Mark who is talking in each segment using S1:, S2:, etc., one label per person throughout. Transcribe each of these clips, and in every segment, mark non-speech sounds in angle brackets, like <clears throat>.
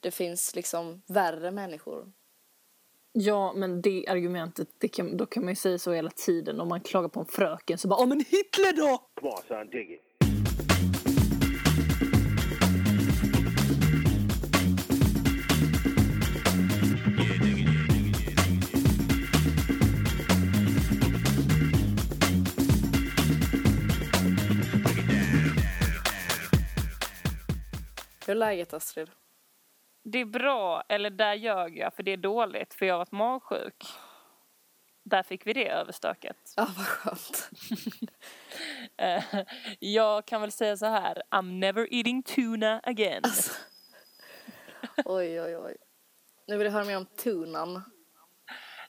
S1: Det finns liksom värre människor.
S2: Ja, men det argumentet, det kan, då kan man ju säga så hela tiden. Om man klagar på en fröken så bara “Åh, men Hitler då?”
S3: Come on, son, dig it.
S1: Hur är läget Astrid?
S4: Det är bra, eller där ljög jag för det är dåligt för jag har varit magsjuk. Där fick vi det överstökat.
S1: Ja, vad skönt.
S4: Eh, Jag kan väl säga så här, I'm never eating tuna again.
S1: Alltså. <laughs> Oj, oj, oj. Nu vill jag höra mer om tunan.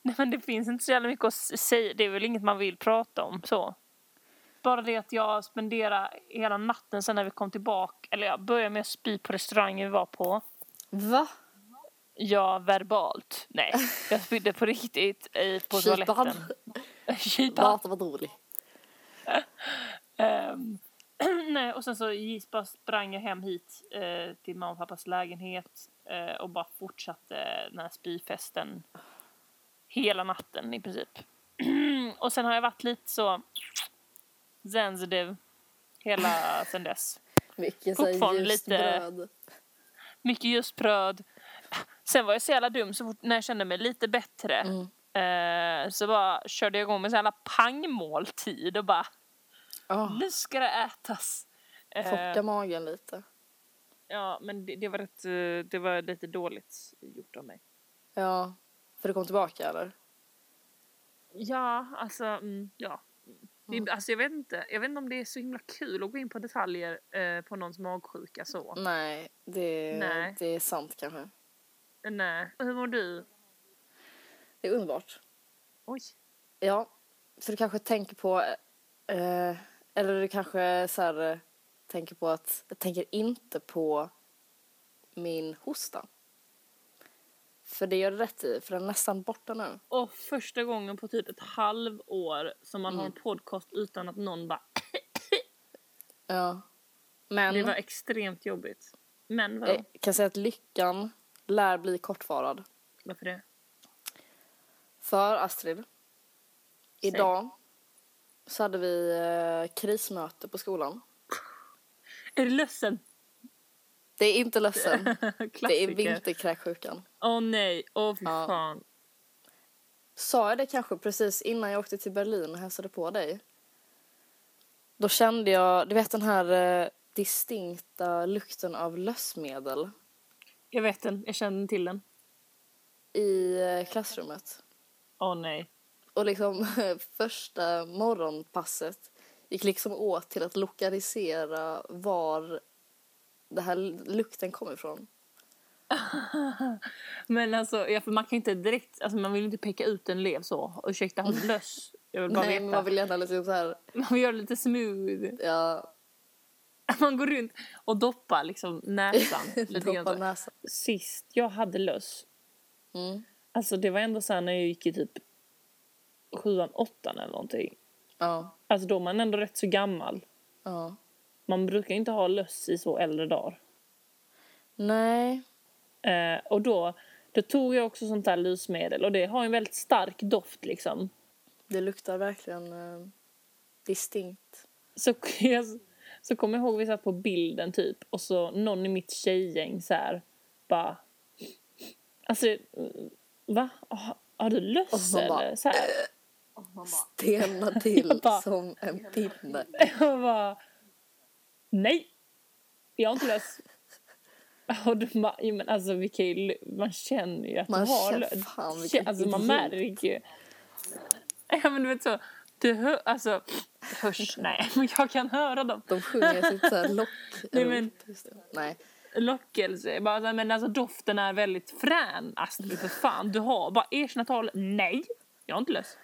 S4: Nej men det finns inte så jävla mycket att s- säga, det är väl inget man vill prata om så. Bara det att jag spenderade hela natten sen när vi kom tillbaka, eller jag började med att spy på restaurangen vi var på.
S1: Va?
S4: Ja, verbalt. Nej, jag spydde på riktigt i, på
S1: Kypan? <laughs>
S4: toaletten. <laughs> Kypan.
S1: Lata vad rolig.
S4: Ehm, <clears throat> nej, och sen så gick- bara sprang jag hem hit eh, till mamma och pappas lägenhet eh, och bara fortsatte den här spyfesten hela natten i princip. <clears throat> och sen har jag varit lite så sensitive hela sen dess.
S1: Vilken sån här
S4: Fortfarande
S1: ljust
S4: lite-
S1: bröd.
S4: Mycket ljusbröd. Sen var jag så jävla dum så fort när jag kände mig lite bättre
S1: Mm.
S4: eh, så bara körde jag igång med så jävla pangmåltid och bara
S1: Oh,
S4: nu ska det ätas. Eh,
S1: chocka magen lite.
S4: Ja, men det, det, var rätt, eh, det var lite dåligt gjort av mig.
S1: Ja. För du kom tillbaka eller?
S4: Ja, alltså, mm, ja. Det, alltså jag, vet inte, jag vet inte om det är så himla kul att gå in på detaljer eh, på någons magsjuka så.
S1: Nej, det,
S4: Nej.
S1: det är sant kanske.
S4: Nej. eh, Hur mår du?
S1: Det är underbart.
S4: Oj.
S1: Ja, för du kanske tänker på... Eh, eller du kanske så här, eh, tänker på att... Jag tänker inte på min hosta. För det gör du rätt i, för den är nästan borta nu.
S4: Och första gången på typ ett halvår som man har en podcast utan att någon bara... "Äh,
S1: Ja. Men
S4: Det var
S1: jag
S4: extremt jobbigt. Men vadå?
S1: eh, kan säga att lyckan lär bli kortvarad.
S4: Varför det?
S1: För Astrid, idag så hade vi eh, krismöte på skolan.
S4: Är du ledsen?
S1: Det är inte
S4: <laughs>
S1: ledsen,
S4: Klassiker.
S1: det är vinterkräksjukan.
S4: Åh nej, åh fy
S1: Ja.
S4: fan.
S1: Sa jag det kanske precis innan jag åkte till Berlin och hälsade på dig? Då kände jag, du vet den här eh, distinkta lukten av lössmedel
S4: Jag vet den, jag känner till den.
S1: i eh, klassrummet.
S4: Åh nej.
S1: Och liksom <laughs> första morgonpasset gick liksom åt till att lokalisera var den här lukten kom ifrån.
S4: Men alltså, ja, för man kan inte direkt, alltså man vill inte peka ut en elev så. Ursäkta, hon är lös. Jag vill bara
S1: Mm. Nej, men
S4: veta.
S1: man vill gärna liksom så här,
S4: <laughs> Man vill göra det lite smooth. <laughs>
S1: ja,
S4: Man går runt och doppar liksom
S1: <laughs>
S4: näsan. lite grann
S1: droppa
S4: så.
S1: näsan.
S4: Sist jag hade löss,
S1: Mm,
S4: alltså det var ändå så här när jag gick i typ sjuan, åttan eller någonting.
S1: ja,
S4: Alltså då är man ändå rätt så gammal.
S1: ja.
S4: Man brukar inte ha löss i så äldre dagar.
S1: Nej,
S4: Eh, och då, då tog jag också sånt där lysmedel och det har en väldigt stark doft liksom.
S1: Det luktar verkligen eh, distinkt.
S4: så, <laughs> jag, så kommer jag ihåg vi satt på bilden typ och så någon i mitt tjejgäng så här bara alltså eh, va? Har, har du
S1: Och
S4: löss
S1: så bara-
S4: eller? Så här. <laughs>
S1: Stelna till
S4: bara-
S1: som en pinne.
S4: <laughs> Jag bara nej, jag har inte löss. <laughs> Och de bara, "Jo, men alltså vi kan ju, l- man känner ju att
S1: Man
S4: man har
S1: känner-
S4: löss.
S1: fan,
S4: Kä-
S1: vilken
S4: Alltså man
S1: idiot.
S4: märker ju. Ja men du vet så, det hör, alltså <laughs> hörs, nej men jag kan höra dem.
S1: De sjunger sitt så här lock...
S4: Nej, men-
S1: Just det. Nej.
S4: lockelse. Bara, så här, men alltså, doften är väldigt frän, Astrid. För fan, du har bara erkännat tal. Nej, jag är inte lös.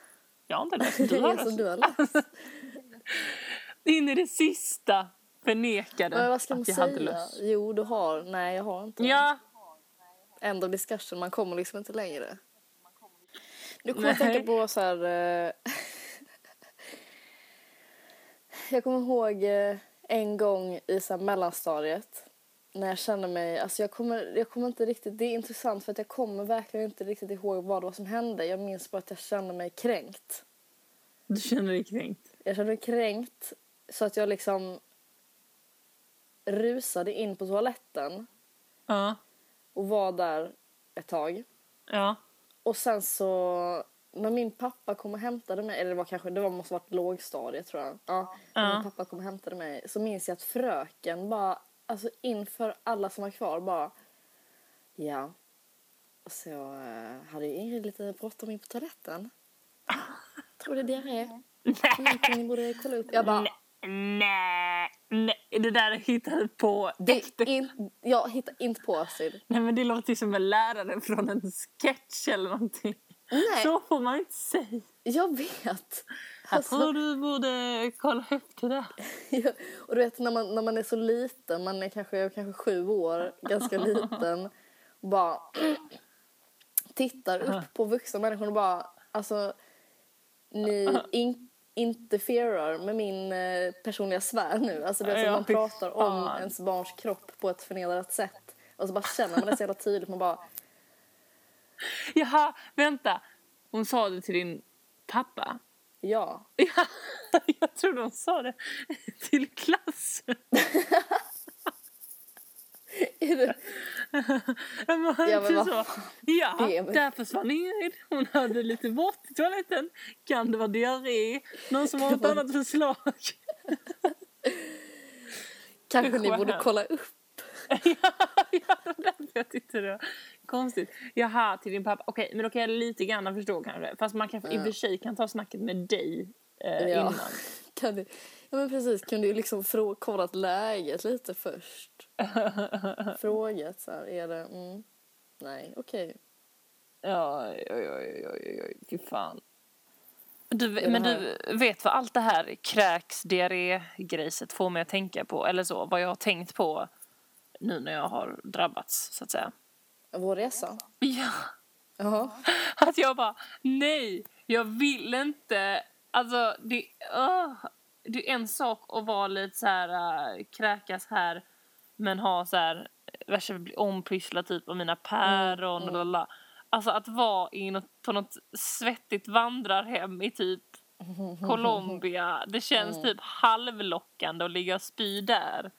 S4: Jag är
S1: <laughs>
S4: inte lös. Du har
S1: Ingen som
S4: lös.
S1: du har läst.
S4: <laughs> In i det sista förnekade
S1: Men vad ska man
S4: att jag hade
S1: säga?
S4: lös.
S1: Jo, du har. Nej, jag har inte.
S4: Ja,
S1: End of discussion. Man kommer liksom inte längre. Nu kommer jag att
S4: Nej.
S1: tänka på så här... eh, <laughs> jag kommer ihåg eh, en gång i så här mellanstadiet när jag känner mig... Alltså jag, kommer, jag kommer inte riktigt... Det är intressant för att jag kommer verkligen inte riktigt ihåg vad det var som hände. Jag minns bara att jag kände mig kränkt.
S4: Du känner dig kränkt.
S1: Jag kände mig kränkt så att jag liksom rusade in på toaletten
S4: Ja.
S1: och var där ett tag.
S4: Ja.
S1: Och sen så när min pappa kom och hämtade mig, eller det var kanske, det var, måste ha varit lågstadiet tror jag. Ja. När
S4: Ja.
S1: min pappa kom och hämtade mig så minns jag att fröken bara, alltså inför alla som var kvar bara, ja. Och så eh, hade ju Ingrid lite bråttom in på toaletten. Tror det är diarré. Någonting ni borde kolla upp. Jag bara,
S4: Nej, nej, det där hittade du på.
S1: det är in, jag hittar inte på Astrid.
S4: Nej men det låter ju som en lärare från en sketch eller någonting.
S1: Nej,
S4: Så får man inte säga.
S1: jag vet. Alltså, <laughs>
S4: Jag tror du borde kolla upp det där.
S1: Ja, och du vet när man, när man är så liten, man är kanske, kanske sju år, ganska liten och bara <clears throat> tittar upp på vuxna människor och bara alltså ni in, interferar med min eh, personliga sfär nu. Alltså det är som
S4: Ja,
S1: man
S4: fy
S1: pratar om
S4: fan.
S1: ens barns kropp på ett förnedrat sätt. Och så bara känner man det så jävla tydligt. Man bara,
S4: Jaha, vänta. Hon sa det till din pappa. <laughs>
S1: ja. <laughs>
S4: Ja, jag trodde hon sa det till klassen.
S1: Är det-
S4: Men man hör
S1: Ja,
S4: inte
S1: men vad
S4: typ så. Ja,
S1: det är väl-
S4: där försvann Ingrid. Hon hade lite vått i toaletten. Kan det vara diarré? Någon som har ett annat förslag? <laughs>
S1: Kanske ni borde
S4: Skönt.
S1: kolla upp.
S4: ja, det var därför jag tyckte det var konstigt. Jaha, till din pappa. Okej, men då kan jag lite grann förstå kanske. Fast man kanske i och för sig kan ta snacket med dig eh,
S1: Ja.
S4: innan.
S1: Kan ni, ja men precis, kunde ju liksom frå- kollat läget lite
S4: <laughs>
S1: först. Frågat så här, är det, mm, nej, okej.
S4: Ja, oj, oj, oj, oj, oj, fy fan.
S5: Du,
S1: den
S5: men du
S1: här-
S5: vet vad allt det här kräks, diarré, grejset får mig att tänka på, eller så, vad jag har tänkt på nu när jag har drabbats, så att säga.
S1: Vår resa?
S5: Ja,
S1: Jaha.
S5: <laughs> att jag bara, nej, jag vill inte, alltså det, åh. det är en sak att vara lite så här, äh, kräkas här, men ha så här, värsta bli ompysslad typ av mina päron
S4: Mm,
S5: och lalala. Alltså att vara i något, på något svettigt vandrarhem i
S4: <laughs>
S5: typ Colombia, det känns
S4: Mm.
S5: typ halvlockande att ligga och spy där.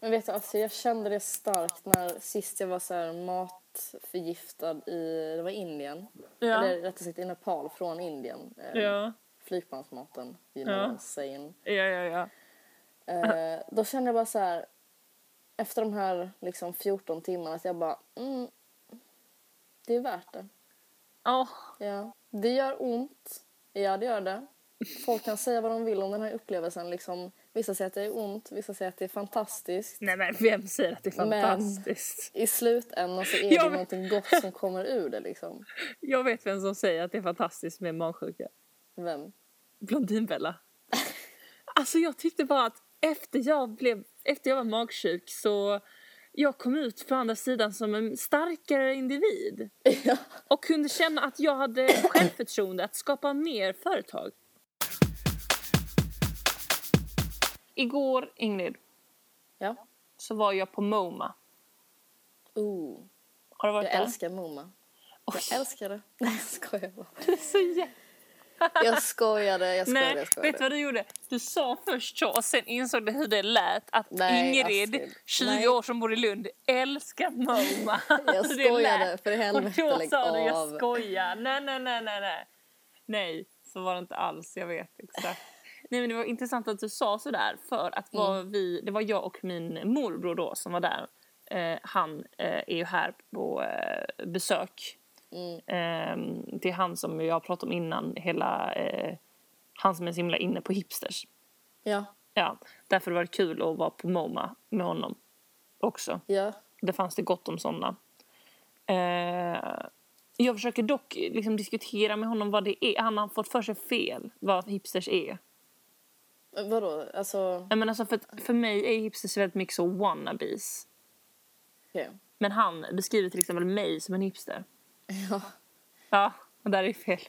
S1: Men vet du, alltså, jag kände det starkt när sist jag var så här matförgiftad i, det var Indien.
S4: Ja.
S1: Eller rättare sagt i Nepal från Indien. Eh,
S4: Ja,
S1: Flygplansmaten, you know
S4: Ja.
S1: what I'm saying.
S4: ja, ja. ja.
S1: Eh, då kände jag bara så här, efter de här liksom 14 timmarna att jag bara, mm, det är värt det.
S5: Åh,
S1: Ja. Det gör ont. Ja, det gör det. Folk kan säga vad de vill om den här upplevelsen. Liksom, vissa säger att det är ont, vissa säger att det är fantastiskt.
S4: Nej men vem säger att det är
S1: Men-
S4: fantastiskt?
S1: I slutändan så är
S4: Ja,
S1: det
S4: men-
S1: någonting gott som kommer ur det. Liksom.
S4: Jag vet vem som säger att det är fantastiskt med magsjuka.
S1: Vem? <laughs>
S4: <laughs> Blondinbella. Alltså jag tyckte bara att efter jag, blev, efter jag var magsjuk så jag kom ut på andra sidan som en starkare individ
S1: Ja.
S4: och kunde känna att jag <coughs> hade självförtroende att skapa mer företag. Igår, Ingrid,
S1: ja.
S4: så var jag på MoMA.
S1: Ooh,
S4: Har du varit
S1: Oh. jag
S4: där?
S1: älskar MoMA. Jag älskar det. <laughs> Nej, jag skojar bara.
S4: det så jä-
S1: Jag skojade, jag skojade,
S4: Nej,
S1: jag
S4: vet du
S1: skojade.
S4: vad du gjorde? Du sa först så och sen insåg du hur det lät att
S1: Nej,
S4: Ingrid,
S1: Astrid.
S4: 20
S1: Nej.
S4: år som bor i Lund, älskar MoMA.
S1: <laughs> Jag
S4: Alltså, det
S1: skojade,
S4: lät.
S1: för i helvete,
S4: Och då
S1: lägg
S4: sa du
S1: av."
S4: jag skojar. Nej, nej, nej, nej, nej. Nej, så var det inte alls, jag vet exakt. Nej, men det var intressant att du sa sådär för att var
S1: Mm.
S4: vi, det var jag och min morbror då som var där. Eh, han eh, är ju här på eh, besök
S1: Mm.
S4: eh, till han som jag har pratat om innan, hela, eh, han som är så himla inne på hipsters.
S1: Ja,
S4: Ja, därför var det kul att vara på MoMA med honom också.
S1: ja.
S4: Det fanns det gott om sådana. Eh, jag försöker dock liksom diskutera med honom vad det är. Han har fått för sig fel vad hipsters är.
S1: Men Vadå? Alltså,
S4: Jag menar, alltså för, att för mig är hipsters väldigt mycket så wannabes.
S1: okej.
S4: Men han beskriver till exempel mig som en hipster.
S1: Ja.
S4: Ja, och där är fel.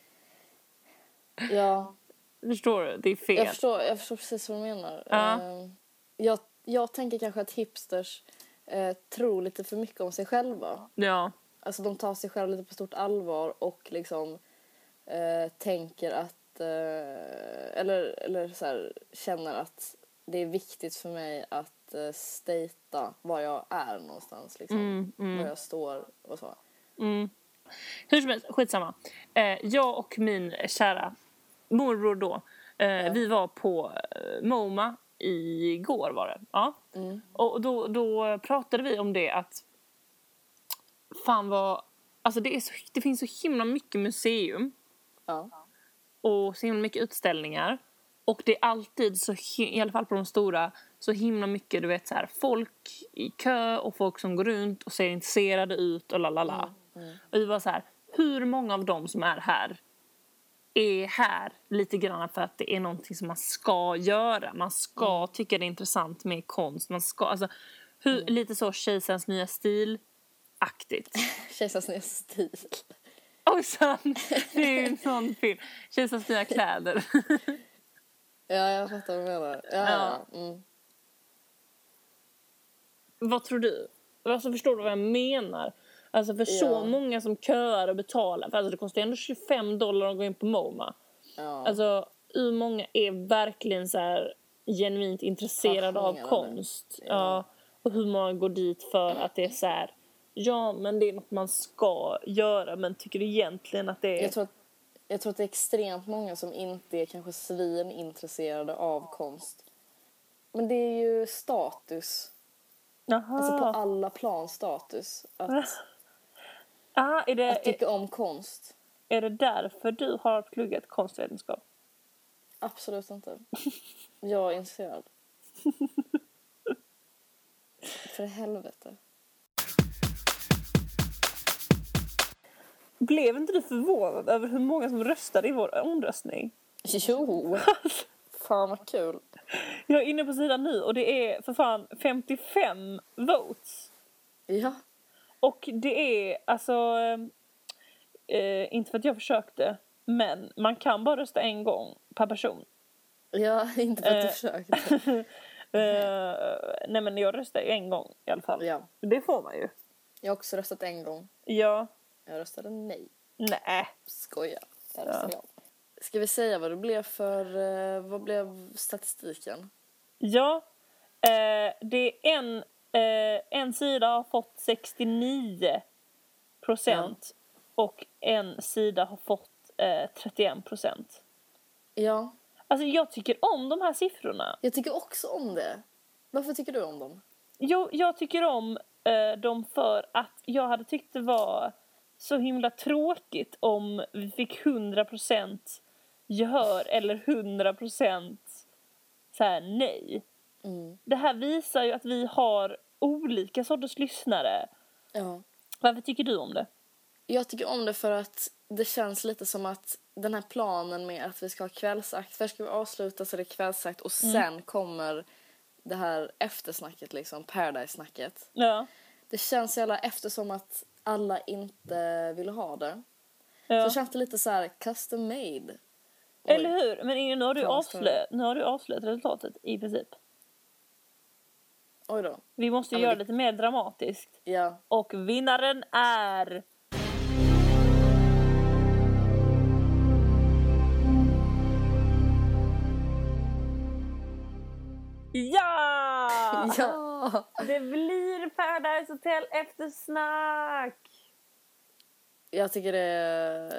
S1: ja.
S4: Förstår du? Det är fel.
S1: Jag förstår, jag förstår precis vad du menar.
S4: Ja.
S1: Eh, Jag, jag tänker kanske att hipsters eh, tror lite för mycket om sig själva.
S4: Ja.
S1: Alltså de tar sig själva lite på stort allvar och liksom eh, tänker att, eh, eller, eller så här, känner att det är viktigt för mig att eh, stata var jag är någonstans liksom.
S4: Mm,
S1: Var
S4: mm,
S1: jag står och så.
S4: mm. Hur som helst, skitsamma. Eh, jag och min kära morbror då, eh, vi var på eh, MoMA igår var det. Ja.
S1: Mm.
S4: Och då, då pratade vi om det att fan vad, alltså det, är så, det finns så himla mycket museum
S1: Ja.
S4: och så himla mycket utställningar. Och det är alltid, så, hi- i alla fall på de stora, så himla mycket du vet, så här, folk i kö och folk som går runt och ser intresserade ut och la la la. Och vi var så här, hur många av dem som är här är här lite grann för att det är någonting som man ska göra. Man ska tycka det är intressant med konst. Man ska, alltså, hur, Lite så Kejsarens nya stil-aktigt. <laughs>
S1: Kejsarens nya stil.
S4: Ojsan! Det är ju en sån film. Kejsarens nya kläder.
S1: Ja, jag fattar vad du menar. Ja, ja. ja. Mm.
S4: Vad tror du? Alltså, förstår du vad jag menar? Alltså för så
S1: Ja.
S4: många som köar och betalar. För alltså det kostar ju ändå 25 dollar att gå in på MoMA.
S1: ja.
S4: Alltså hur många är verkligen så här genuint intresserade av
S1: Passionerade.
S4: konst? Ja. Och hur många går dit för att det är så här. Ja, men det är något man ska göra men tycker egentligen att det är...
S1: Jag tror, att, jag tror att det är extremt många som inte är kanske svinintresserade av konst. Men det är ju status.
S4: Jaha.
S1: Alltså på alla plan status. Att,
S4: <laughs> ah, är, det,
S1: att tycka om konst.
S4: är, är det därför du har pluggat konstvetenskap?
S1: Absolut <laughs> inte. Jag är intresserad. För helvete.
S4: Blev inte du förvånad över hur många som röstade i vår omröstning?
S1: Jo! Fan vad kul.
S4: Jag är inne på sidan nu och det är för fan 55 votes.
S1: Ja.
S4: Och det är alltså... eh, Eh, inte för att jag försökte, men man kan bara rösta en gång per person.
S1: Ja, inte för att du
S4: Eh.
S1: försökte.
S4: Eh, nej men jag röstade en gång i alla fall.
S1: Ja.
S4: Det får man ju.
S1: Jag har också röstat en gång.
S4: Ja.
S1: Jag röstade nej.
S4: Nej.
S1: Skojar. Där
S4: Ja.
S1: röstade jag. Ska vi säga vad det blev för... eh, Vad blev statistiken?
S4: Ja. Eh, det är en, eh, en sida har fått 69 procent och en sida har fått eh, 31 procent.
S1: Ja,
S4: Alltså jag tycker om de här siffrorna.
S1: jag tycker också om det. Varför tycker du om dem?
S4: Jo, jag tycker om eh, dem för att jag hade tyckt det var så himla tråkigt om vi fick 100% gehör eller 100% så här, nej.
S1: Mm.
S4: Det här visar ju att vi har olika sorters lyssnare.
S1: Ja.
S4: Varför tycker du om det?
S1: Jag tycker om det för att det känns lite som att den här planen med att vi ska ha kvällsakt. Först ska vi avsluta så det är kvällsakt och sen kommer det här eftersnacket liksom, paradise-snacket.
S4: Ja.
S1: Det känns så jävla eftersom att alla inte ville ha det.
S4: ja.
S1: Så känns det lite så här custom made. Oj.
S4: Eller hur? Men Ingrid, nu har du,
S1: Fan, ska-
S4: avslöjat, nu har du avslöjat resultatet i princip.
S1: Oj då.
S4: Vi måste
S1: Ja,
S4: ju
S1: men
S4: göra det
S1: det-
S4: lite mer dramatiskt.
S1: Ja.
S4: Och vinnaren är... Ja!
S1: <laughs> Ja!
S4: Det blir Paradise Hotel eftersnack!
S1: Jag tycker det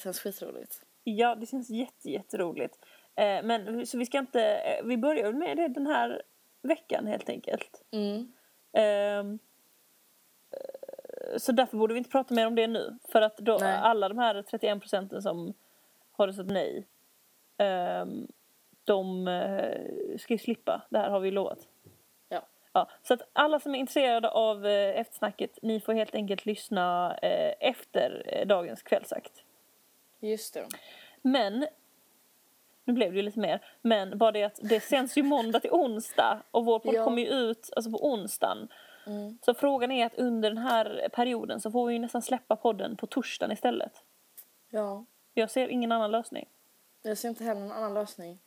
S1: känns skitroligt.
S4: Ja, det känns jätte, jätteroligt. Eh, men så vi ska inte... eh, Vi börjar väl med det den här veckan helt enkelt.
S1: Mm.
S4: Ehm, eh, så därför borde vi inte prata mer om det nu. För att då,
S1: Nej.
S4: alla de här 31 procenten som har röstat nej, ehm, de eh, ska ju slippa. Det här har vi lovat.
S1: Ja.
S4: Ja, så att alla som är intresserade av eh, eftersnacket, ni får helt enkelt lyssna eh, efter eh, dagens kvällsakt.
S1: Just det.
S4: Men, nu blev det ju lite mer, men bara det att det sänds ju måndag till onsdag och vår podd
S1: Ja. Mm.
S4: kommer ju ut alltså på onsdagen. Så frågan är att under den här perioden så får vi ju nästan släppa podden på torsdagen istället.
S1: Ja.
S4: Jag ser ingen annan lösning.
S1: Jag ser inte heller någon annan lösning.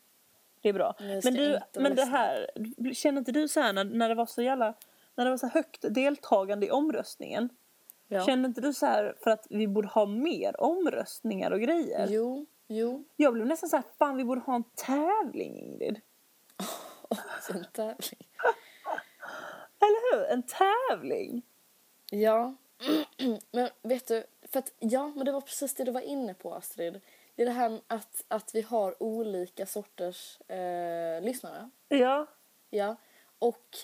S4: Det är bra.
S1: Men jag ska
S4: Men, du,
S1: inte
S4: men det
S1: lyssna.
S4: här, känner inte du så här när, när det var så jävla när det var så här högt deltagande i omröstningen.
S1: Ja.
S4: Kände inte du så här för att vi borde ha mer omröstningar och grejer?
S1: Jo, jo.
S4: Jag blev nästan så här, fan vi borde ha en tävling Ingrid.
S1: Sånt där.
S4: Eller hur? En tävling!
S1: Ja, <clears throat> men vet du, för att, ja, men det var precis det du var inne på Astrid. Det är det här med att, att vi har olika sorters eh, lyssnare.
S4: Ja.
S1: Ja, och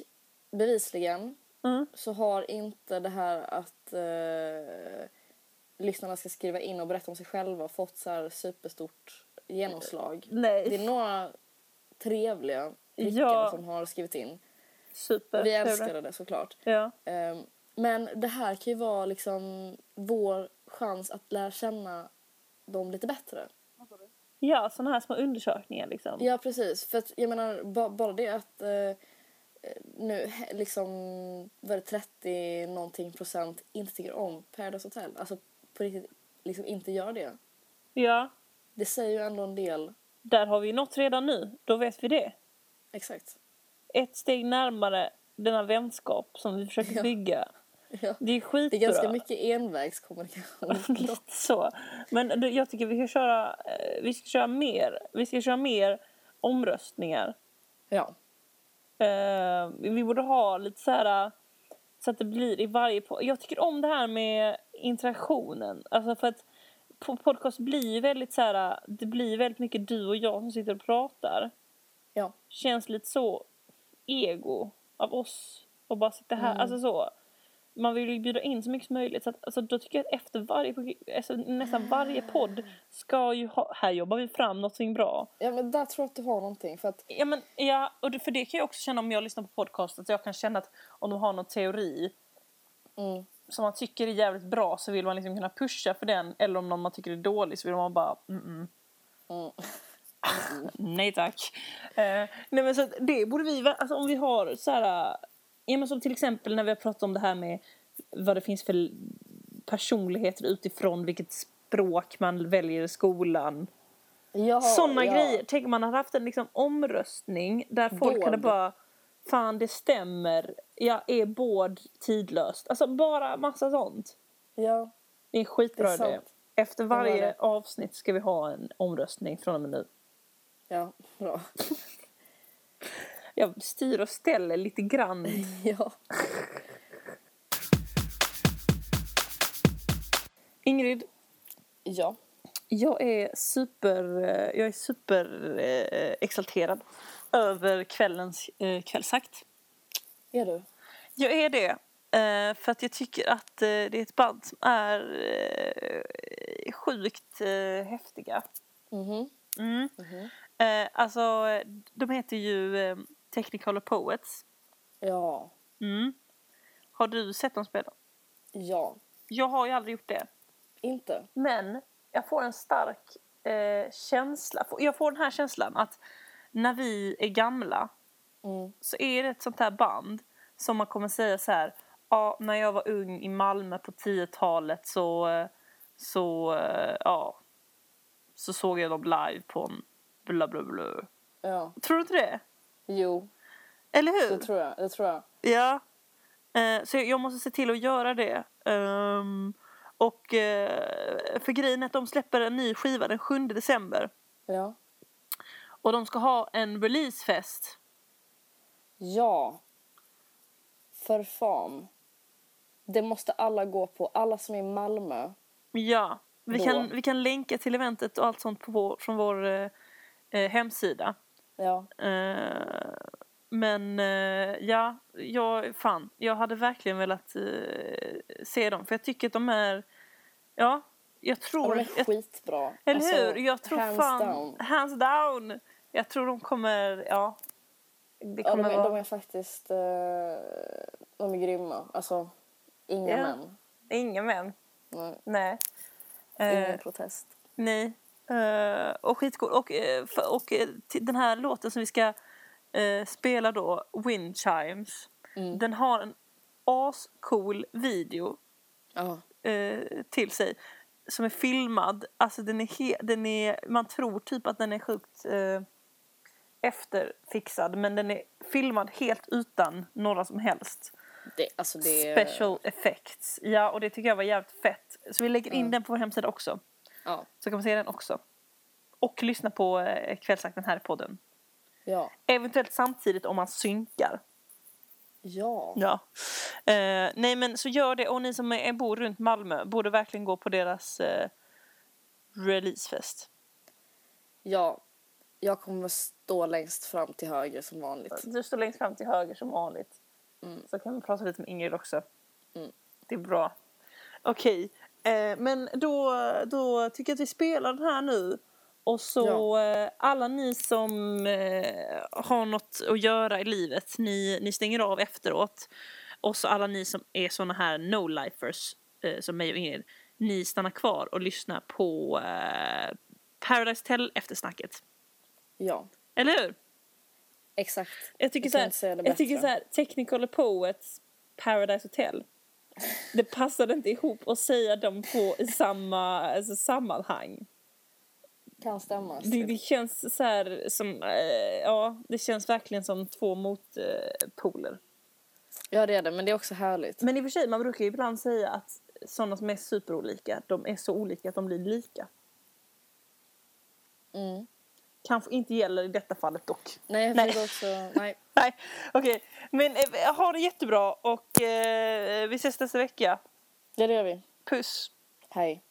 S1: bevisligen
S4: Mm.
S1: så har inte det här att eh, lyssnarna ska skriva in och berätta om sig själva fått så här superstort genomslag. Det
S4: Nej,
S1: är några trevliga prickar
S4: Ja.
S1: som har skrivit in.
S4: super.
S1: Och vi älskade det såklart.
S4: Ja.
S1: Ehm, men det här kan ju vara liksom vår chans att lära känna dem lite bättre.
S4: ja, sådana här små undersökningar liksom.
S1: Ja, precis. För att, jag menar, ba- bara det att eh, eh, nu he- liksom var det 30 någonting procent inte tycker om Paradise Hotel. Alltså på riktigt liksom inte gör det.
S4: Ja,
S1: Det säger ju ändå en del.
S4: där har vi nått redan nu. Då vet vi det.
S1: Exakt.
S4: Ett steg närmare denna vänskap som vi försöker bygga.
S1: Ja.
S4: Det är skitbra.
S1: Det är ganska mycket envägskommunikation.
S4: <laughs> Lite så. Men du, jag tycker vi ska köra, eh, vi ska köra mer. Vi ska köra mer omröstningar.
S1: ja.
S4: Eh, vi borde ha lite så här eh, så att det blir i varje po- Jag tycker om det här med interaktionen. Alltså för att på podcast blir ju väldigt så här, eh, det blir väldigt mycket du och jag som sitter och pratar.
S1: Ja.
S4: Känns lite så ego av oss och bara sitta här. Alltså så. Man vill ju bjuda in så mycket som möjligt. Så att, alltså, då tycker jag att efter varje, prog- alltså, nästan varje podd ska ju ha, här jobbar vi fram någonting bra.
S1: ja, men där tror jag att du har någonting. För att
S4: Ja, men, ja, och det, för det kan jag också känna om jag lyssnar på podcast att jag kan känna att om de har någon teori
S1: Mm.
S4: som man tycker är jävligt bra så vill man liksom kunna pusha för den eller om någon man tycker är dålig så vill man bara mm, mm.
S1: Mm.
S4: nej tack. Eh, nej men så att det borde vi, va- alltså om vi har så här, eh, ja men som till exempel när vi har pratat om det här med vad det finns för personligheter utifrån vilket språk man väljer i skolan.
S1: ja,
S4: Sådana
S1: ja.
S4: grejer. Tänk om man hade haft en liksom, omröstning där folk
S1: Båd.
S4: kunde bara Fan det stämmer, jag är båd tidlöst. Alltså bara massa sånt.
S1: Ja.
S4: Det är en
S1: Det
S4: skitbra
S1: är
S4: idé.
S1: sant.
S4: Efter varje
S1: det.
S4: avsnitt ska vi ha en omröstning från och med nu.
S1: Ja, bra. <laughs>
S4: Jag styr och ställer lite grann.
S1: Ja.
S4: Ingrid,
S1: Ja.
S4: jag är super, eh, jag är super eh, exalterad över kvällens eh, kvällsakt.
S1: Är du?
S4: Jag är det. eh, För att jag tycker att eh, det är ett band som är eh, sjukt eh, häftiga.
S1: Mhm.
S4: Mm. Eh, Alltså, eh, de heter ju eh, Technicolor Poets.
S1: Ja.
S4: Mm. Har du sett dem spela?
S1: Ja.
S4: Jag har ju aldrig gjort det.
S1: Inte.
S4: Men jag får en stark eh, känsla. Jag får den här känslan att när vi är gamla
S1: Mm.
S4: så är det ett sånt här band som man kommer säga så här. Ja, när jag var ung i Malmö på 10-talet så, eh, så, eh, ja, så såg jag dem live på en bla bla bla.
S1: Ja.
S4: Tror du inte det?
S1: Jo.
S4: Eller
S1: Det
S4: hur?
S1: tror jag. Det tror jag.
S4: Ja. Eh, Så jag måste se till att göra det. Ehm, Och eh, för grejen är att de släpper en ny skiva den 7 december.
S1: Ja.
S4: Och de ska ha en releasefest.
S1: Ja. För fan. Det måste alla gå på. Alla som är i Malmö.
S4: Ja, vi
S1: Då.
S4: kan, vi kan länka till eventet och allt sånt på vår, från vår eh, eh, hemsida.
S1: Ja.
S4: Eh, men eh, ja, jag, fan, jag hade verkligen velat eh, se dem. För jag tycker att de är, ja, jag
S1: Ja,
S4: tror...
S1: De är
S4: jag,
S1: skitbra.
S4: eller
S1: Alltså,
S4: hur? Jag tror
S1: hands
S4: fan,
S1: down.
S4: hands down. Jag tror de kommer, ja. Det
S1: Ja, de,
S4: kommer
S1: är, de
S4: vara
S1: är faktiskt... eh, de är grymma. Alltså, inga
S4: Ja.
S1: män.
S4: inga män.
S1: Nej,
S4: Nej.
S1: ingen
S4: Eh,
S1: protest.
S4: Nej. Eh, och skitcool. Och, eh, för, och eh, till den här låten som vi ska eh, spela då, Wind Chimes.
S1: Mm.
S4: Den har en ascool video
S1: Ja.
S4: eh, till sig som är filmad. Alltså den är, he- den är man tror typ att den är sjukt eh, efterfixad men den är filmad helt utan några som helst
S1: Det, alltså det...
S4: Special effects. Ja, och det tycker jag var jävligt fett. Så vi lägger in
S1: Mm.
S4: den på vår hemsida också.
S1: Ja.
S4: Så kan man se den också. Och lyssna på eh, Kvällsakten här i podden.
S1: Ja.
S4: Eventuellt samtidigt om man synkar.
S1: Ja.
S4: Ja. Eh, nej men så gör det och ni som är, bor runt Malmö borde verkligen gå på deras eh, releasefest.
S1: Ja. Jag kommer stå längst fram till höger som vanligt.
S4: Du står längst fram till höger som vanligt.
S1: Mm.
S4: Så kan vi prata lite med Ingrid också.
S1: Mm.
S4: Det är bra. Okej, eh, men då, då tycker jag att vi spelar den här nu. Och så eh, alla ni som eh, har något att göra i livet, ni, ni stänger av efteråt. Och så alla ni som är såna här no-lifers eh, som mig och Ingrid, ni stannar kvar och lyssnar på eh, Paradise Tell eftersnacket.
S1: Ja,
S4: Eller hur?
S1: exakt.
S4: Jag tycker,
S1: Jag
S4: så
S1: kan
S4: här,
S1: inte säga det
S4: jag tycker
S1: bättre.
S4: så här, Technicolor Poets Paradise Hotel. Det passade inte ihop att säga dem på i samma alltså, sammanhang.
S1: Kan typ. stämma.
S4: Det, det känns så här som, eh, ja, det känns verkligen som två motpoler. Eh, poler.
S1: Ja, det är det. Men det är också härligt.
S4: Men i och för sig, man brukar ju ibland säga att sådana som är superolika, de är så olika att de blir lika.
S1: Mm.
S4: Kanske inte gäller i detta fallet dock. <laughs>
S1: Nej, jag
S4: Nej.
S1: förstår också... Nej.
S4: Nej, okej. Men eh, ha det jättebra och eh, vi ses nästa vecka.
S1: Ja, det gör vi.
S4: Puss!
S1: Hej.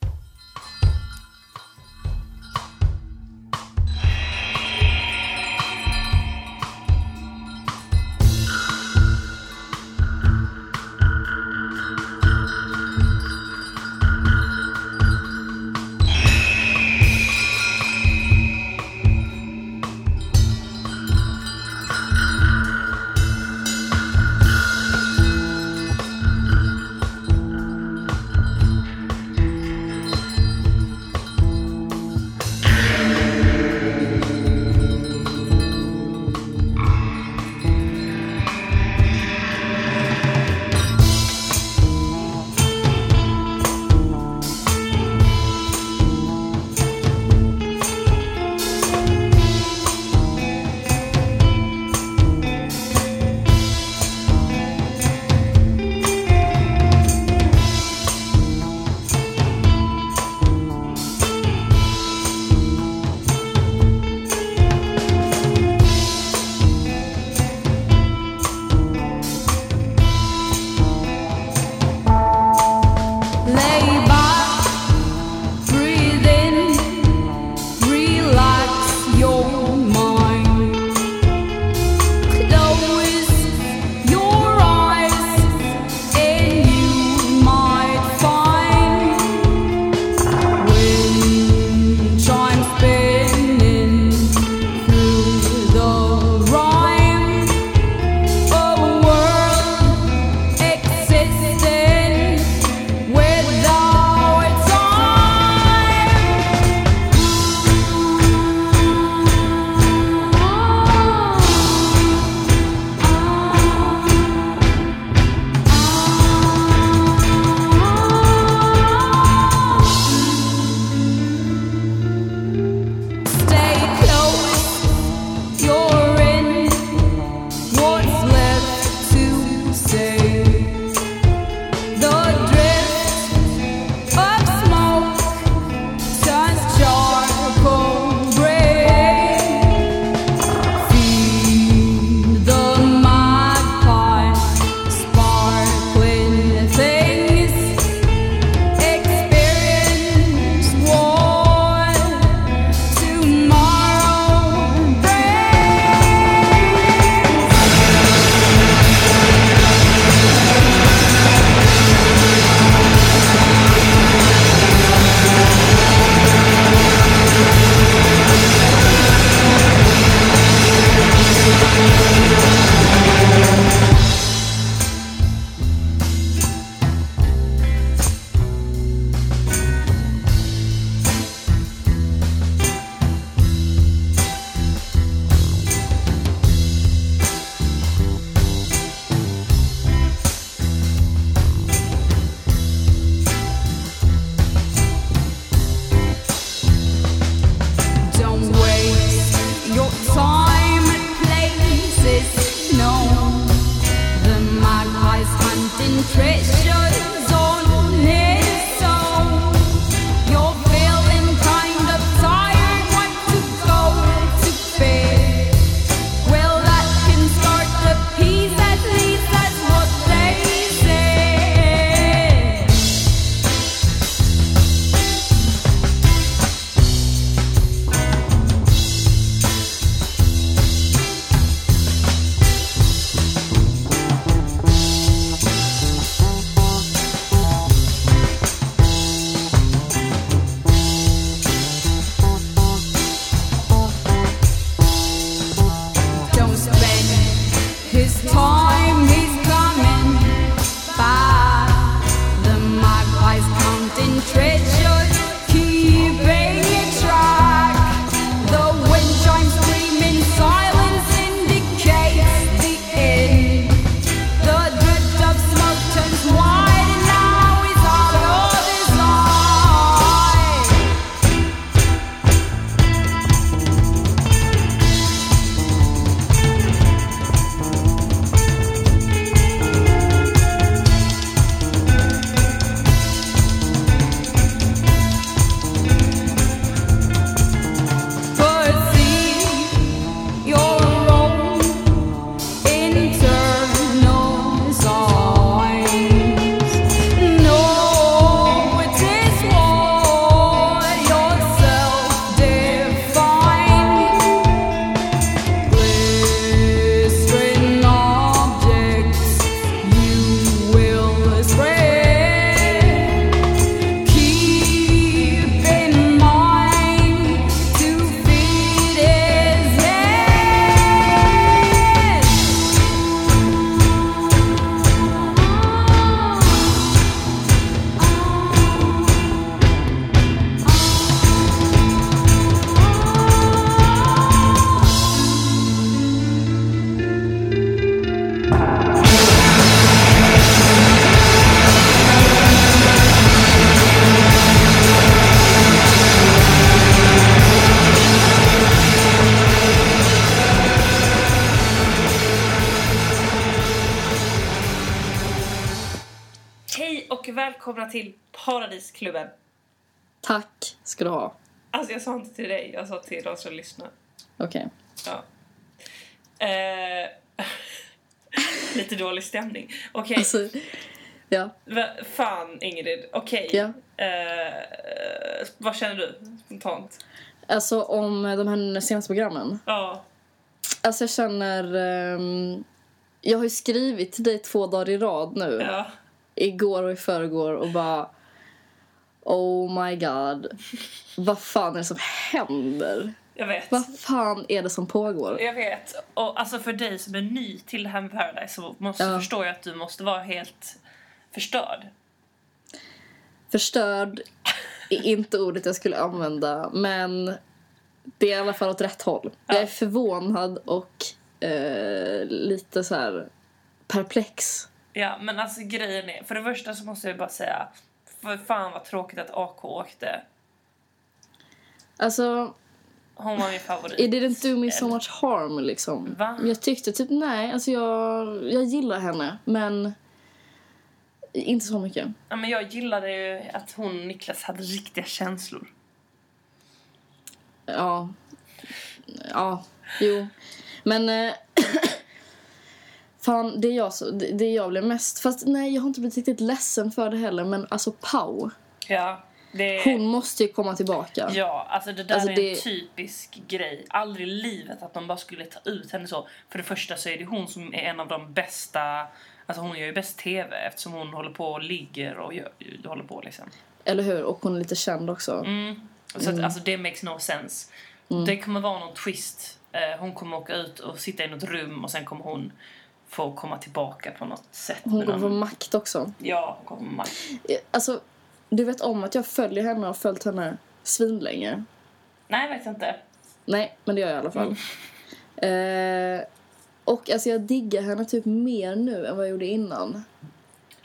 S4: välkomna till Paradisklubben.
S1: Tack ska du ha.
S4: Alltså jag sa inte till dig, jag sa till de som lyssnar.
S1: Okej.
S4: Ja. Eh, <laughs> lite dålig stämning. Okej,
S1: Alltså, ja,
S4: va- fan Ingrid. Okej.
S1: ja.
S4: Eh, vad känner du spontant?
S1: Alltså om de här senaste programmen.
S4: Ja,
S1: Alltså jag känner... ehm, jag har ju skrivit till dig två dagar i rad nu.
S4: ja.
S1: Igår och i förrgår och bara... Oh my god. Vad fan är det som händer?
S4: jag vet.
S1: Vad fan är det som pågår?
S4: Jag vet. Och alltså för dig som är ny till det här med Paradise så måste,
S1: Ja.
S4: förstår jag att du måste vara helt förstörd.
S1: Förstörd är inte ordet jag skulle använda, men det är i alla fall åt rätt håll. Jag är förvånad och eh, lite så här perplex.
S4: Ja, men alltså grejen är, för det första så måste jag bara säga, för fan vad tråkigt att AK åkte.
S1: Alltså,
S4: Hon var min favorit.
S1: it didn't do me so much harm liksom.
S4: Va?
S1: Jag tyckte typ, nej, alltså jag, jag gillar henne, men inte så mycket.
S4: Ja, men jag gillade ju att hon och Niklas hade riktiga känslor.
S1: Ja. Ja, jo. Men... Eh, <coughs> fan, det jag, så- det, det jag blev mest... Fast nej, jag har inte blivit riktigt ledsen för det heller. Men alltså Pau,
S4: Ja, det...
S1: hon måste ju komma tillbaka.
S4: Ja, alltså det där
S1: Alltså,
S4: är en
S1: det-
S4: typisk grej. Aldrig i livet att de bara skulle ta ut henne så. För det första så är det hon som är en av de bästa... Alltså hon gör ju bäst TV eftersom hon håller på och ligger och gör, håller på liksom.
S1: Eller hur? Och hon är lite känd också.
S4: Mm. Så att, alltså det makes no sense.
S1: Mm.
S4: Det kommer vara någon twist. Eh, hon kommer åka ut och sitta i något rum och sen kommer hon få komma tillbaka på något sätt.
S1: Hon
S4: med
S1: kommer få
S4: någon-
S1: makt också.
S4: Ja, hon kommer makt.
S1: Eh, Alltså, du vet om att jag följer henne och har följt henne svinlänge.
S4: Nej, jag vet inte.
S1: Nej, men det gör jag i alla fall.
S4: Mm.
S1: Eh, och alltså jag diggar henne typ mer nu än vad jag gjorde innan.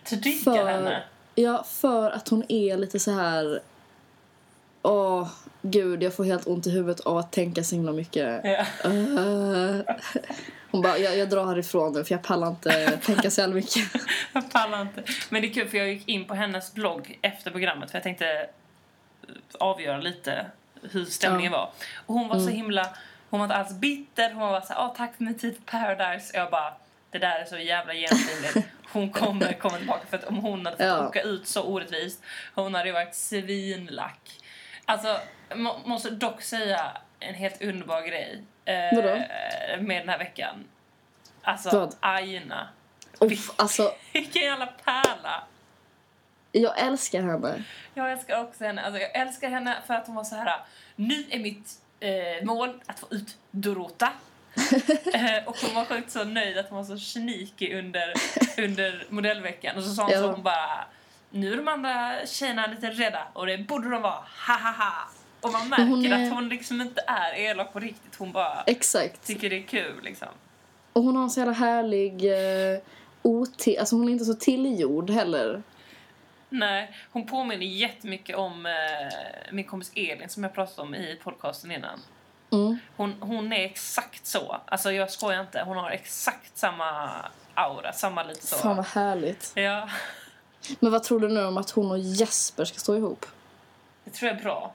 S4: Du diggar
S1: För-
S4: henne.
S1: Ja, för att hon är lite så här... Åh, gud, jag får helt ont i huvudet av att tänka så himla mycket.
S4: <laughs> Ja.
S1: Eh, hon bara, jag, jag drar härifrån nu för jag pallar inte tänka så jävla mycket.
S4: <laughs> Jag pallar inte. Men det är kul för jag gick in på hennes blogg efter programmet för jag tänkte eh, avgöra lite hur stämningen var. Och hon var
S1: Mm.
S4: så himla, hon var inte alls bitter, hon var så här, "Ah, tack för min tid på Paradise. Och jag bara, det där är så
S1: <laughs>
S4: jävla genomskinligt. Hon kommer komma tillbaka för att om hon hade fått
S1: Ja.
S4: åka ut så orättvist, hon hade ju varit svinlack. Alltså, må, måste dock säga en helt underbar grej. eh,
S1: Vadå?
S4: Med den här veckan. Alltså,
S1: Vad?
S4: Aina.
S1: Uff, alltså,
S4: Vilken jävla pärla!
S1: jag älskar henne.
S4: Jag älskar också henne. Alltså, jag älskar henne för att hon var så här. Nu är mitt eh, mål att få ut Dorota.
S1: <laughs>
S4: eh, och hon var sjukt så nöjd att hon var så sneaky under, under modellveckan. Och så sa hon, så
S1: Ja.
S4: hon bara. Nu är de andra tjejerna lite rädda och det borde de vara. Ha ha ha. Och man märker
S1: Men hon är-
S4: att hon liksom inte är elak på riktigt. Hon bara
S1: Exakt.
S4: tycker det är kul liksom.
S1: Och hon har en så jävla härlig... Eh, ot- alltså hon är inte så tillgjord heller.
S4: Nej, hon påminner jättemycket om eh, min kompis Elin som jag pratade om i podcasten innan.
S1: Mm.
S4: Hon, hon är exakt så. Alltså jag skojar inte. Hon har exakt samma aura, samma lite så.
S1: Fan vad härligt.
S4: Ja,
S1: Men vad tror du nu om att hon och Jesper ska stå ihop?
S4: det tror jag är bra.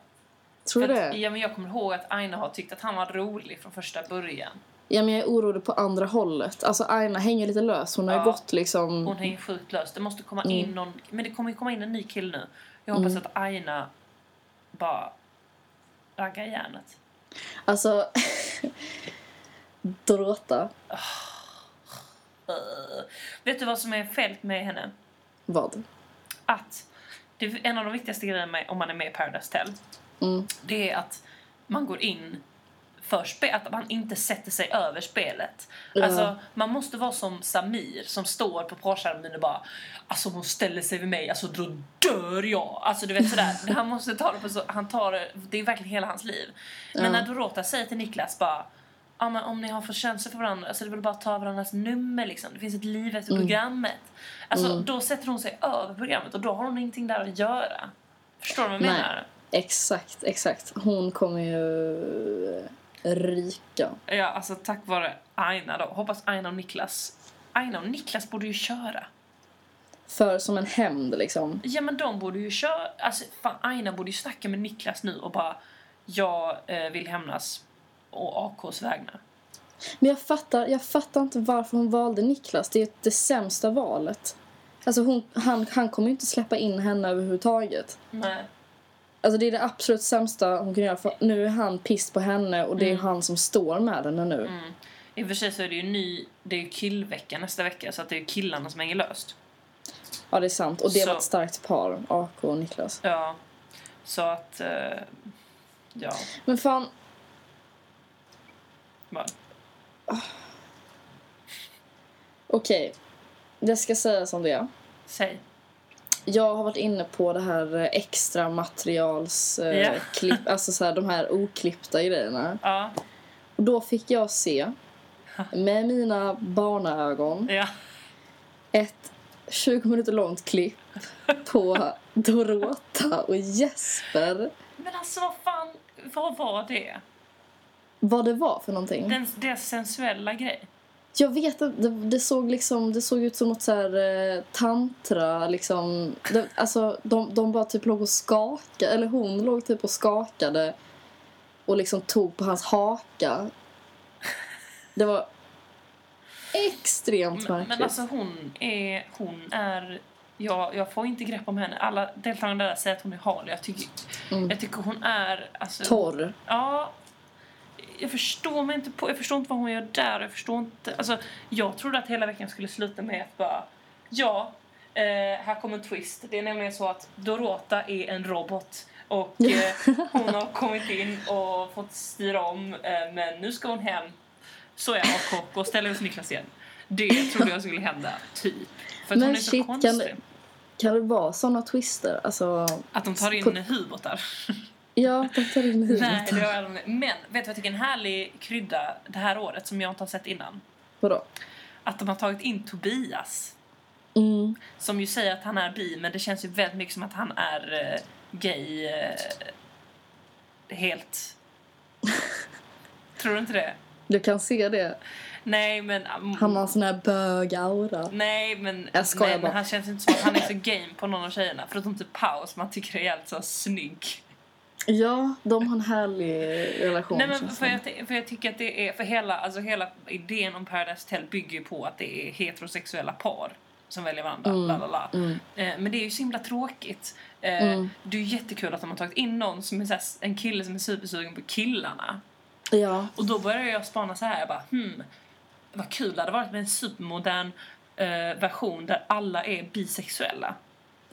S1: Tror du
S4: För att,
S1: det?
S4: ja, men jag kommer ihåg att Aina har tyckt att han var rolig från första början.
S1: Ja, men jag är orolig på andra hållet. Alltså Aina hänger lite lös. Hon har ju
S4: Ja.
S1: gått liksom...
S4: Hon är ju sjukt lös. Det måste komma
S1: Mm.
S4: in någon, men det kommer ju komma in en ny kille nu. Jag hoppas att Aina bara raggar järnet.
S1: Alltså... <laughs> Dorota.
S4: Eh, Vet du vad som är fält med henne?
S1: Vad?
S4: att det är en av de viktigaste grejerna med, om man är med i Paradise Hotel
S1: Mm.
S4: det är att man går in för spel, att man inte sätter sig över spelet.
S1: Ja.
S4: Alltså, man måste vara som Samir som står på parskärmen och bara Alltså om hon ställer sig vid mig, alltså då dör jag! Alltså du
S1: <laughs>
S4: vet sådär, han måste ta det på så, han tar det, det är verkligen hela hans liv. Men
S1: Ja.
S4: när Dorota säger till Niklas bara Ja men om ni har fått känsla för varandra, alltså det är väl bara att ta varandras nummer liksom. Det finns ett liv
S1: Mm.
S4: efter programmet. Alltså då sätter hon sig över programmet och då har hon ingenting där att göra. Förstår du vad jag
S1: Nej.
S4: menar?
S1: Exakt, exakt. Hon kommer ju... Rika.
S4: Ja, alltså tack vare Aina då. Hoppas Aina och Niklas... Aina och Niklas borde ju köra.
S1: För som en hämnd liksom.
S4: Ja men de borde ju köra, alltså fan Aina borde ju snacka med Niklas nu och bara jag eh, vill hämnas och AKs vägnar.
S1: Men jag fattar, jag fattar inte varför hon valde Niklas. Det är det sämsta valet. Alltså hon, han, han kommer ju inte släppa in henne överhuvudtaget.
S4: Nej.
S1: Alltså det är det absolut sämsta hon kan göra. För nu är han piss på henne och det är han som står med henne nu.
S4: I och för sig så är det ju ny, det är ju killvecka nästa vecka så att det är ju killarna som hänger löst.
S1: Ja det är sant. Och det
S4: Så-
S1: var ett starkt par, AK och Niklas.
S4: Ja. Så att, eh, ja.
S1: Men fan,
S4: Bara.
S1: okej. Jag ska säga som det är.
S4: Säg.
S1: Jag har varit inne på det här eh, extra materials eh,
S4: Ja.
S1: klipp, alltså så här, de här oklippta grejerna.
S4: Ja.
S1: Och då fick jag se, med mina barnaögon,
S4: Ja.
S1: ett 20 minuter långt klipp på Dorota och Jesper.
S4: Men alltså vad fan, vad var det?
S1: Vad det var för någonting.
S4: Den, det sensuella grej.
S1: Jag vet inte, det, det såg liksom, det såg ut som något så här eh, tantra liksom. Det, alltså de, de bara typ låg och skakade, eller hon låg typ och skakade och liksom tog på hans haka. Det var extremt
S4: Men,
S1: märkligt.
S4: men alltså hon är, hon är, jag, jag får inte grepp om henne. Alla deltagarna där säger att hon är hal. Jag tycker,
S1: Mm.
S4: jag tycker hon är, alltså.
S1: Torr.
S4: Ja. Jag förstår mig inte på, jag förstår inte vad hon gör där. Jag förstår inte, alltså jag trodde att hela veckan skulle sluta med att bara, ja, eh, här kommer en twist. Det är nämligen så att Dorota är en robot.
S1: <laughs>
S4: Och eh, hon har kommit in och fått styra om, eh, men nu ska hon hem. Så är jag kock och ställer hos Niklas igen. Det trodde jag skulle hända, typ. För att
S1: Men
S4: hon är så
S1: shit, kan
S4: konstig.
S1: det- Kan det vara sådana twister? Alltså,
S4: Att de tar
S1: på-
S4: in hubotar. <laughs>
S1: ja, de tar in
S4: Nej,
S1: huvudet.
S4: det har jag aldrig. Men vet du vad jag tycker är en härlig krydda det här året som jag inte har sett innan?
S1: Vadå?
S4: Att de har tagit in Tobias.
S1: Mm.
S4: Som ju säger att han är bi, men det känns ju väldigt mycket som att han är eh, gay. eh, helt. Tror du inte det?
S1: Du kan se det.
S4: Nej, men... mm,
S1: Han har en sån här bög-aura.
S4: Nej, men,
S1: Jag skojar
S4: men
S1: bara.
S4: han känns inte som att han är så game på någon av tjejerna. Förutom typ Paul som man tycker är jävligt så snygg.
S1: Ja, de har en härlig relation.
S4: Nej, men
S1: känns
S4: för,
S1: det
S4: jag, ty- för jag tycker att det är, för hela, alltså hela idén om Paradise Hotel bygger ju på att det är heterosexuella par som väljer varandra.
S1: Mm,
S4: bla, bla, bla. Eh, men det är ju så himla tråkigt. Eh,
S1: Mm.
S4: Det är ju jättekul att de har tagit in någon som är såhär, en kille som är supersugen på killarna.
S1: som. Ja.
S4: Och då började jag spana så här, jag bara hmm, vad kul det hade varit med en supermodern eh, version där alla är bisexuella.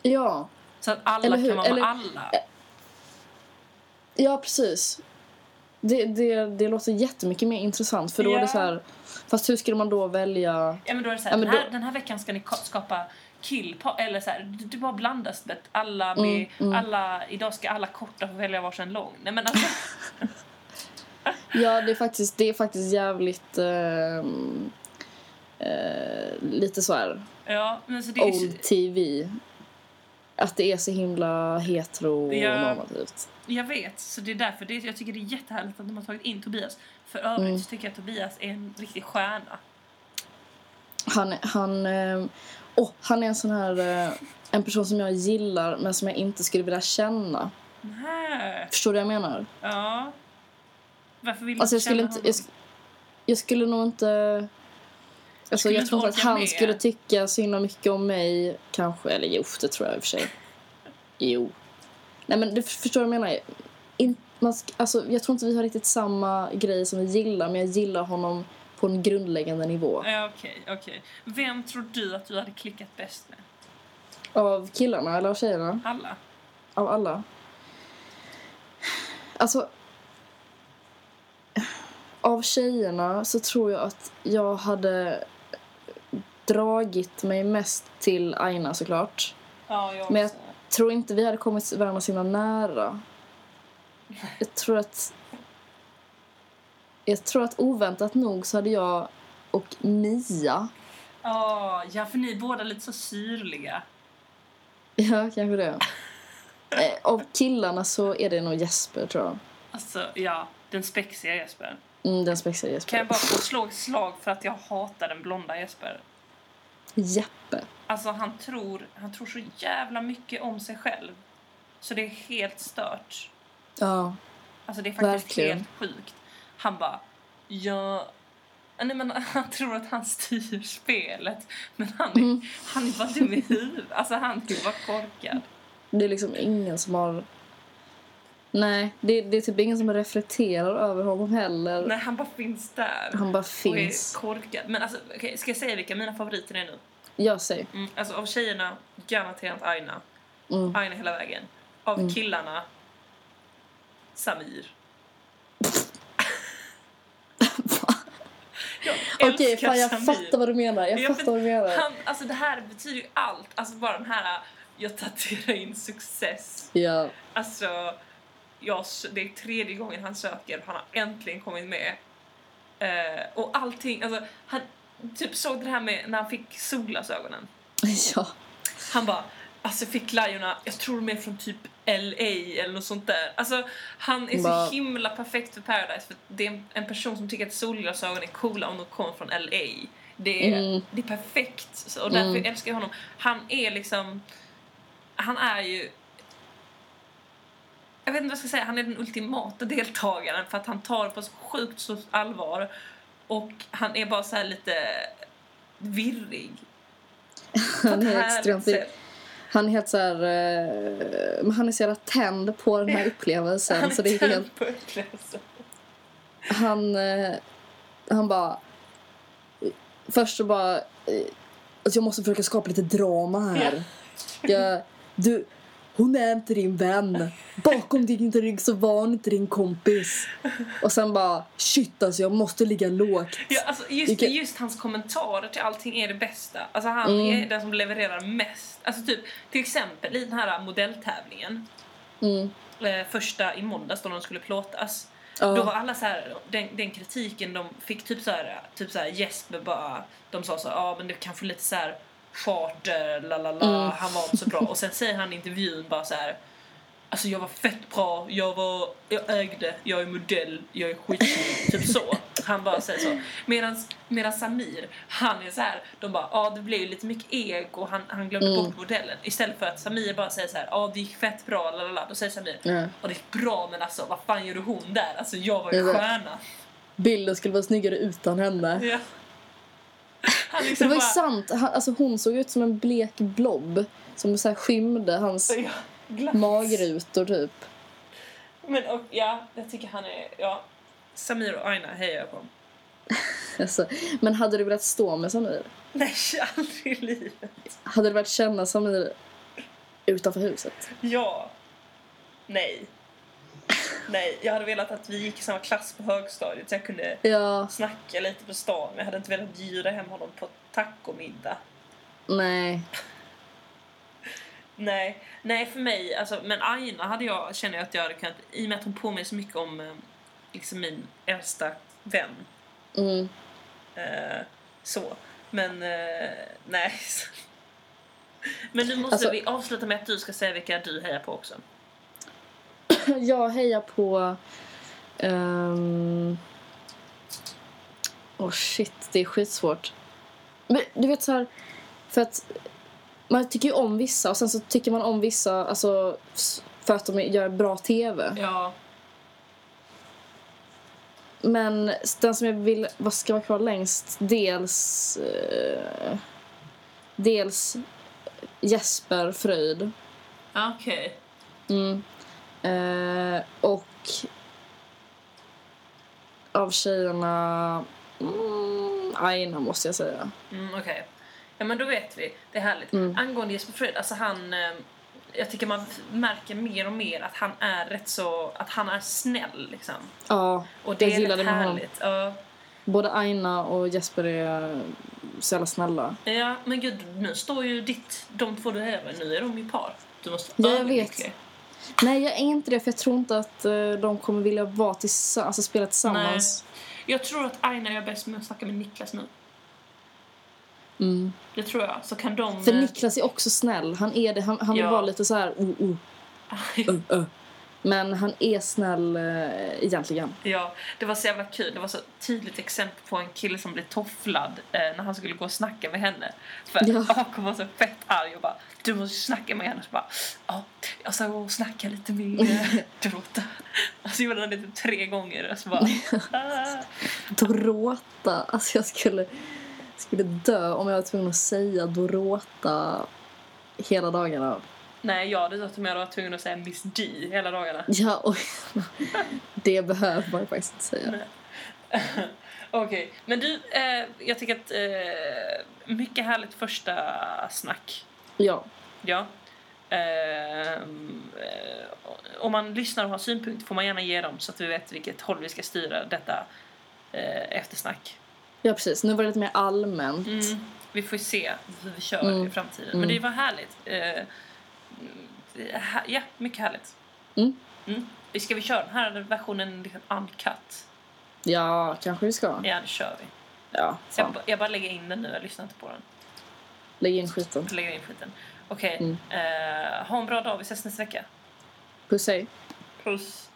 S1: Ja.
S4: Så att alla
S1: Eller hur?
S4: kan vara
S1: Eller-
S4: med alla.
S1: ja, precis. Det, det, det låter jättemycket mer intressant. För då är
S4: Ja.
S1: det så här, fast hur skulle man då välja?
S4: Ja, men då är det så här,
S1: Ja, men
S4: den, här,
S1: då-
S4: den här veckan ska ni ka- skapa killpar, eller så här, du, du bara blandas med
S1: Mm,
S4: alla med, alla, idag ska alla korta få välja varsin lång. Nej men
S1: <laughs>
S4: alltså,
S1: Ja, det är faktiskt, det är faktiskt jävligt... ehm, eh, lite så här
S4: ja men så det är ju,
S1: old tv. Att det är så himla heteronormativt.
S4: jag vet, så det är därför det, är- jag tycker det är jättehärligt att de har tagit in Tobias. För övrigt
S1: Mm.
S4: så tycker jag att Tobias är en riktig stjärna.
S1: Han, han, ehm, åh, han är en sån här... eh, en person som jag gillar men som jag inte skulle vilja känna.
S4: Nej,
S1: Förstår du vad jag menar?
S4: ja. Varför vill du
S1: Alltså jag skulle
S4: känna
S1: inte...
S4: honom?
S1: Jag, sk- jag skulle nog inte... Alltså
S4: Skulle
S1: jag
S4: inte
S1: tror inte att
S4: orka
S1: han
S4: med.
S1: skulle tycka så himla mycket om mig. Kanske. Eller jo, det tror jag i och för sig. Jo. Nej men du f- förstår vad jag menar. In, man sk- alltså, jag tror inte vi har riktigt samma grej som vi gillar. Men jag gillar honom på en grundläggande nivå.
S4: Ja, okej, okej. Vem tror du att du hade klickat bäst med?
S1: Av killarna eller av tjejerna?
S4: Alla?
S1: Av alla? Alltså... Av tjejerna så tror jag att jag hade dragit mig mest till Aina såklart.
S4: Ja, jag
S1: Men jag
S4: också.
S1: tror inte vi hade kommit varandra så himla nära. Jag tror att... Jag tror att oväntat nog så hade jag och Mia... <laughs>
S4: Ja, ja, för ni är båda lite så syrliga.
S1: Ja, kanske det. Eh, Av killarna så är det nog Jesper, tror jag.
S4: Alltså, ja. Den spexiga Jesper.
S1: Mm, den spexiga Jesper.
S4: Kan jag bara få slå ett slag för att jag hatar den blonda Jesper?
S1: Jeppe.
S4: Alltså han tror, han tror så jävla mycket om sig själv. Så det är helt stört.
S1: Ja.
S4: Alltså det är faktiskt
S1: Verkligen.
S4: helt sjukt. Han bara, jag... Nej, men <laughs> han tror att han styr spelet, men han är,
S1: Mm.
S4: han är bara dum i huvudet. Alltså, han är bara korkad.
S1: Det är liksom ingen som har... Nej, det, det är typ ingen som reflekterar över honom heller.
S4: Nej, han bara finns där.
S1: Han bara
S4: och
S1: finns.
S4: är korkad. Men alltså, okej, ska jag säga vilka mina favoriter är nu?
S1: Gör sig.
S4: Mm, alltså av tjejerna, garanterat Aina.
S1: Mm.
S4: Aina hela vägen. Av killarna,
S1: <laughs>
S4: Samir. jag älskar
S1: Okej, fan jag
S4: Samir.
S1: fattar vad du menar. Jag
S4: Ja,
S1: fattar
S4: men
S1: vad du menar.
S4: Han, alltså det här betyder ju allt. Alltså bara den här, jag tatuerar in success.
S1: Ja. <laughs>
S4: Alltså, jag, det är tredje gången han söker, han har äntligen kommit med. Eh, och allting, alltså han typ såg det här med när han fick solglasögonen.
S1: Ja.
S4: Han bara, alltså jag fick glajjorna, jag tror de är från typ LA eller något sånt där. Alltså han är
S1: Bara-
S4: så himla perfekt för Paradise för det är en- en person som tycker att solglasögon är coola om de kommer från LA. Det är,
S1: Mm.
S4: det är perfekt Så- och därför
S1: Mm.
S4: älskar jag honom. Han är liksom, han är ju jag vet inte vad jag ska säga, han är den ultimata deltagaren för att han tar det på så sjukt stort allvar och han är bara så här lite virrig. På
S1: <laughs> Han
S4: ett
S1: är
S4: härligt
S1: extremt-
S4: sätt.
S1: Han är helt så här, eh, men han är så jävla tänd på <laughs> den här upplevelsen.
S4: Han är
S1: så det är helt,
S4: tönt på upplevelsen.
S1: han, eh, han bara... Först så bara... eh, Alltså jag måste försöka skapa lite drama här. Jag, du, hon är inte din vän. Bakom din rygg så var hon inte din kompis. Och sen bara, shit alltså jag måste ligga lågt.
S4: Ja, alltså just,
S1: Vilket-
S4: just hans kommentarer till allting är det bästa. Alltså han
S1: Mm.
S4: är den som levererar mest. Alltså typ, till exempel i den här modelltävlingen,
S1: Mm.
S4: eh, första i måndags då de skulle plåtas.
S1: Ja.
S4: Då var alla så här, den, den kritiken de fick typ så här, typ så här Jesper bara, de sa så ja ah, men det kanske lite så här charter, la la
S1: Mm.
S4: la, han var inte så bra. Och sen säger han i intervjun bara så här, alltså jag var fett bra, jag var, jag ägde, jag är modell, jag är skitsnygg, typ så. Han bara säger så. Medans, medan Samir, han är så här, de bara, ja ah, det blev ju lite mycket ego, han, han glömde
S1: Mm.
S4: bort modellen. Istället för att Samir bara säger så här, ja ah, det gick fett bra, la la la. Då säger Samir,
S1: Ja.
S4: och det är bra men alltså vad fan gjorde hon där? Alltså jag var ju
S1: Exakt.
S4: stjärna.
S1: Bilden skulle vara snyggare utan henne.
S4: Ja. Han
S1: Det
S4: liksom
S1: var ju
S4: bara,
S1: sant. Han, alltså hon såg ut som en blek blob som så här skymde hans
S4: ja, glatt.
S1: magrutor typ.
S4: Men och, ja, jag tycker han är, ja. Samir och Aina hejar jag på.
S1: Alltså, men hade du velat stå med Samir?
S4: Nej, aldrig i livet.
S1: Hade du velat känna Samir utanför huset?
S4: Ja. Nej. Nej, jag hade velat att vi gick i samma klass på högstadiet så jag kunde
S1: Ja,
S4: snacka lite på stan men jag hade inte velat bjuda hem honom på tacomiddag.
S1: nej.
S4: Nej, nej för mig, alltså, men Aina hade jag, känner jag att jag hade kunnat, i och med att hon påminner så mycket om eh, liksom min äldsta vän.
S1: Mm.
S4: Eh, så. Men eh, nej. <laughs> Men nu måste
S1: Alltså-
S4: vi avsluta med att du ska säga vilka du hejar på också.
S1: <laughs> Jag hejar på... ehm, Åh shit, det är skitsvårt. Men du vet så här, för att man tycker ju om vissa och sen så tycker man om vissa alltså, s- för att de gör bra TV.
S4: Ja.
S1: Men den som jag vill vad ska vara kvar längst, dels... Eh, dels Jesper Fröjd.
S4: Okej.
S1: Mm. Eh, och av tjejerna... Mm, Aina, måste jag säga.
S4: Mm, Okej. Ja men då vet vi. Det är härligt.
S1: Mm.
S4: Angående Jesper Fred, alltså han... eh, Jag tycker man märker mer och mer att han är rätt så... Att han är snäll liksom.
S1: Ja,
S4: Och det
S1: Jag
S4: är
S1: gillade
S4: rätt
S1: med honom.
S4: härligt. Ja.
S1: både Aina och Jesper är så jävla snälla.
S4: Ja, men gud, nu står ju ditt, de två du är med, nu är de ju par. Du måste
S1: Ja, jag
S4: överlycklig.
S1: Nej, jag är inte det, för jag tror inte att eh, de kommer vilja vara tillsammans, alltså spela tillsammans.
S4: Jag tror att Aina gör bäst med att snacka med Niklas nu.
S1: Mm.
S4: Det tror jag. Så kan de...
S1: För
S4: eh,
S1: Niklas är också snäll. Han är det. Han, han
S4: Ja. <laughs>
S1: var lite så här... Oh, oh,
S4: aj,
S1: ö, ö. Men han är snäll eh, egentligen.
S4: Ja, det var så jävla kul. Det var så tydligt exempel på en kille som blev tofflad eh, när han skulle gå och snacka med henne. För
S1: Ja.
S4: han var så fett arg och bara du måste snacka med henne. Så bara, ja, jag ska gå och snacka lite med eh, Dorota. Och så gjorde han det typ tre gånger och så bara, "Ah."
S1: Dorota. Alltså jag skulle, skulle dö om jag var tvungen att säga Dorota hela dagarna.
S4: Nej, jag hade sagt om jag var tvungen att säga Miss D hela dagarna. <laughs>
S1: Ja, och <laughs> det behöver man ju faktiskt inte säga.
S4: Okej, men du, eh, jag tycker att eh, mycket härligt första snack.
S1: Ja,
S4: Ja. Ehm, Eh, om man lyssnar och har synpunkter får man gärna ge dem så att vi vet vilket håll vi ska styra detta eh, eftersnack.
S1: ja precis. Nu var det lite mer allmänt.
S4: Mm. Vi får se hur vi kör
S1: Mm.
S4: i framtiden.
S1: Mm.
S4: Men det var härligt. Eh, mm, ha- ja, mycket härligt.
S1: Mm.
S4: Mm. Vi Ska vi köra den här versionen liksom uncut?
S1: Ja, kanske vi ska.
S4: Ja, det kör vi.
S1: Ja,
S4: Jag,
S1: fan.
S4: ba- jag bara lägger in den nu, jag lyssnar inte på den.
S1: Lägg in skiten.
S4: Jag lägger in skiten. Okej,
S1: Mm.
S4: eh, ha en bra dag. Vi ses nästa vecka.
S1: Puss hej.
S4: Puss.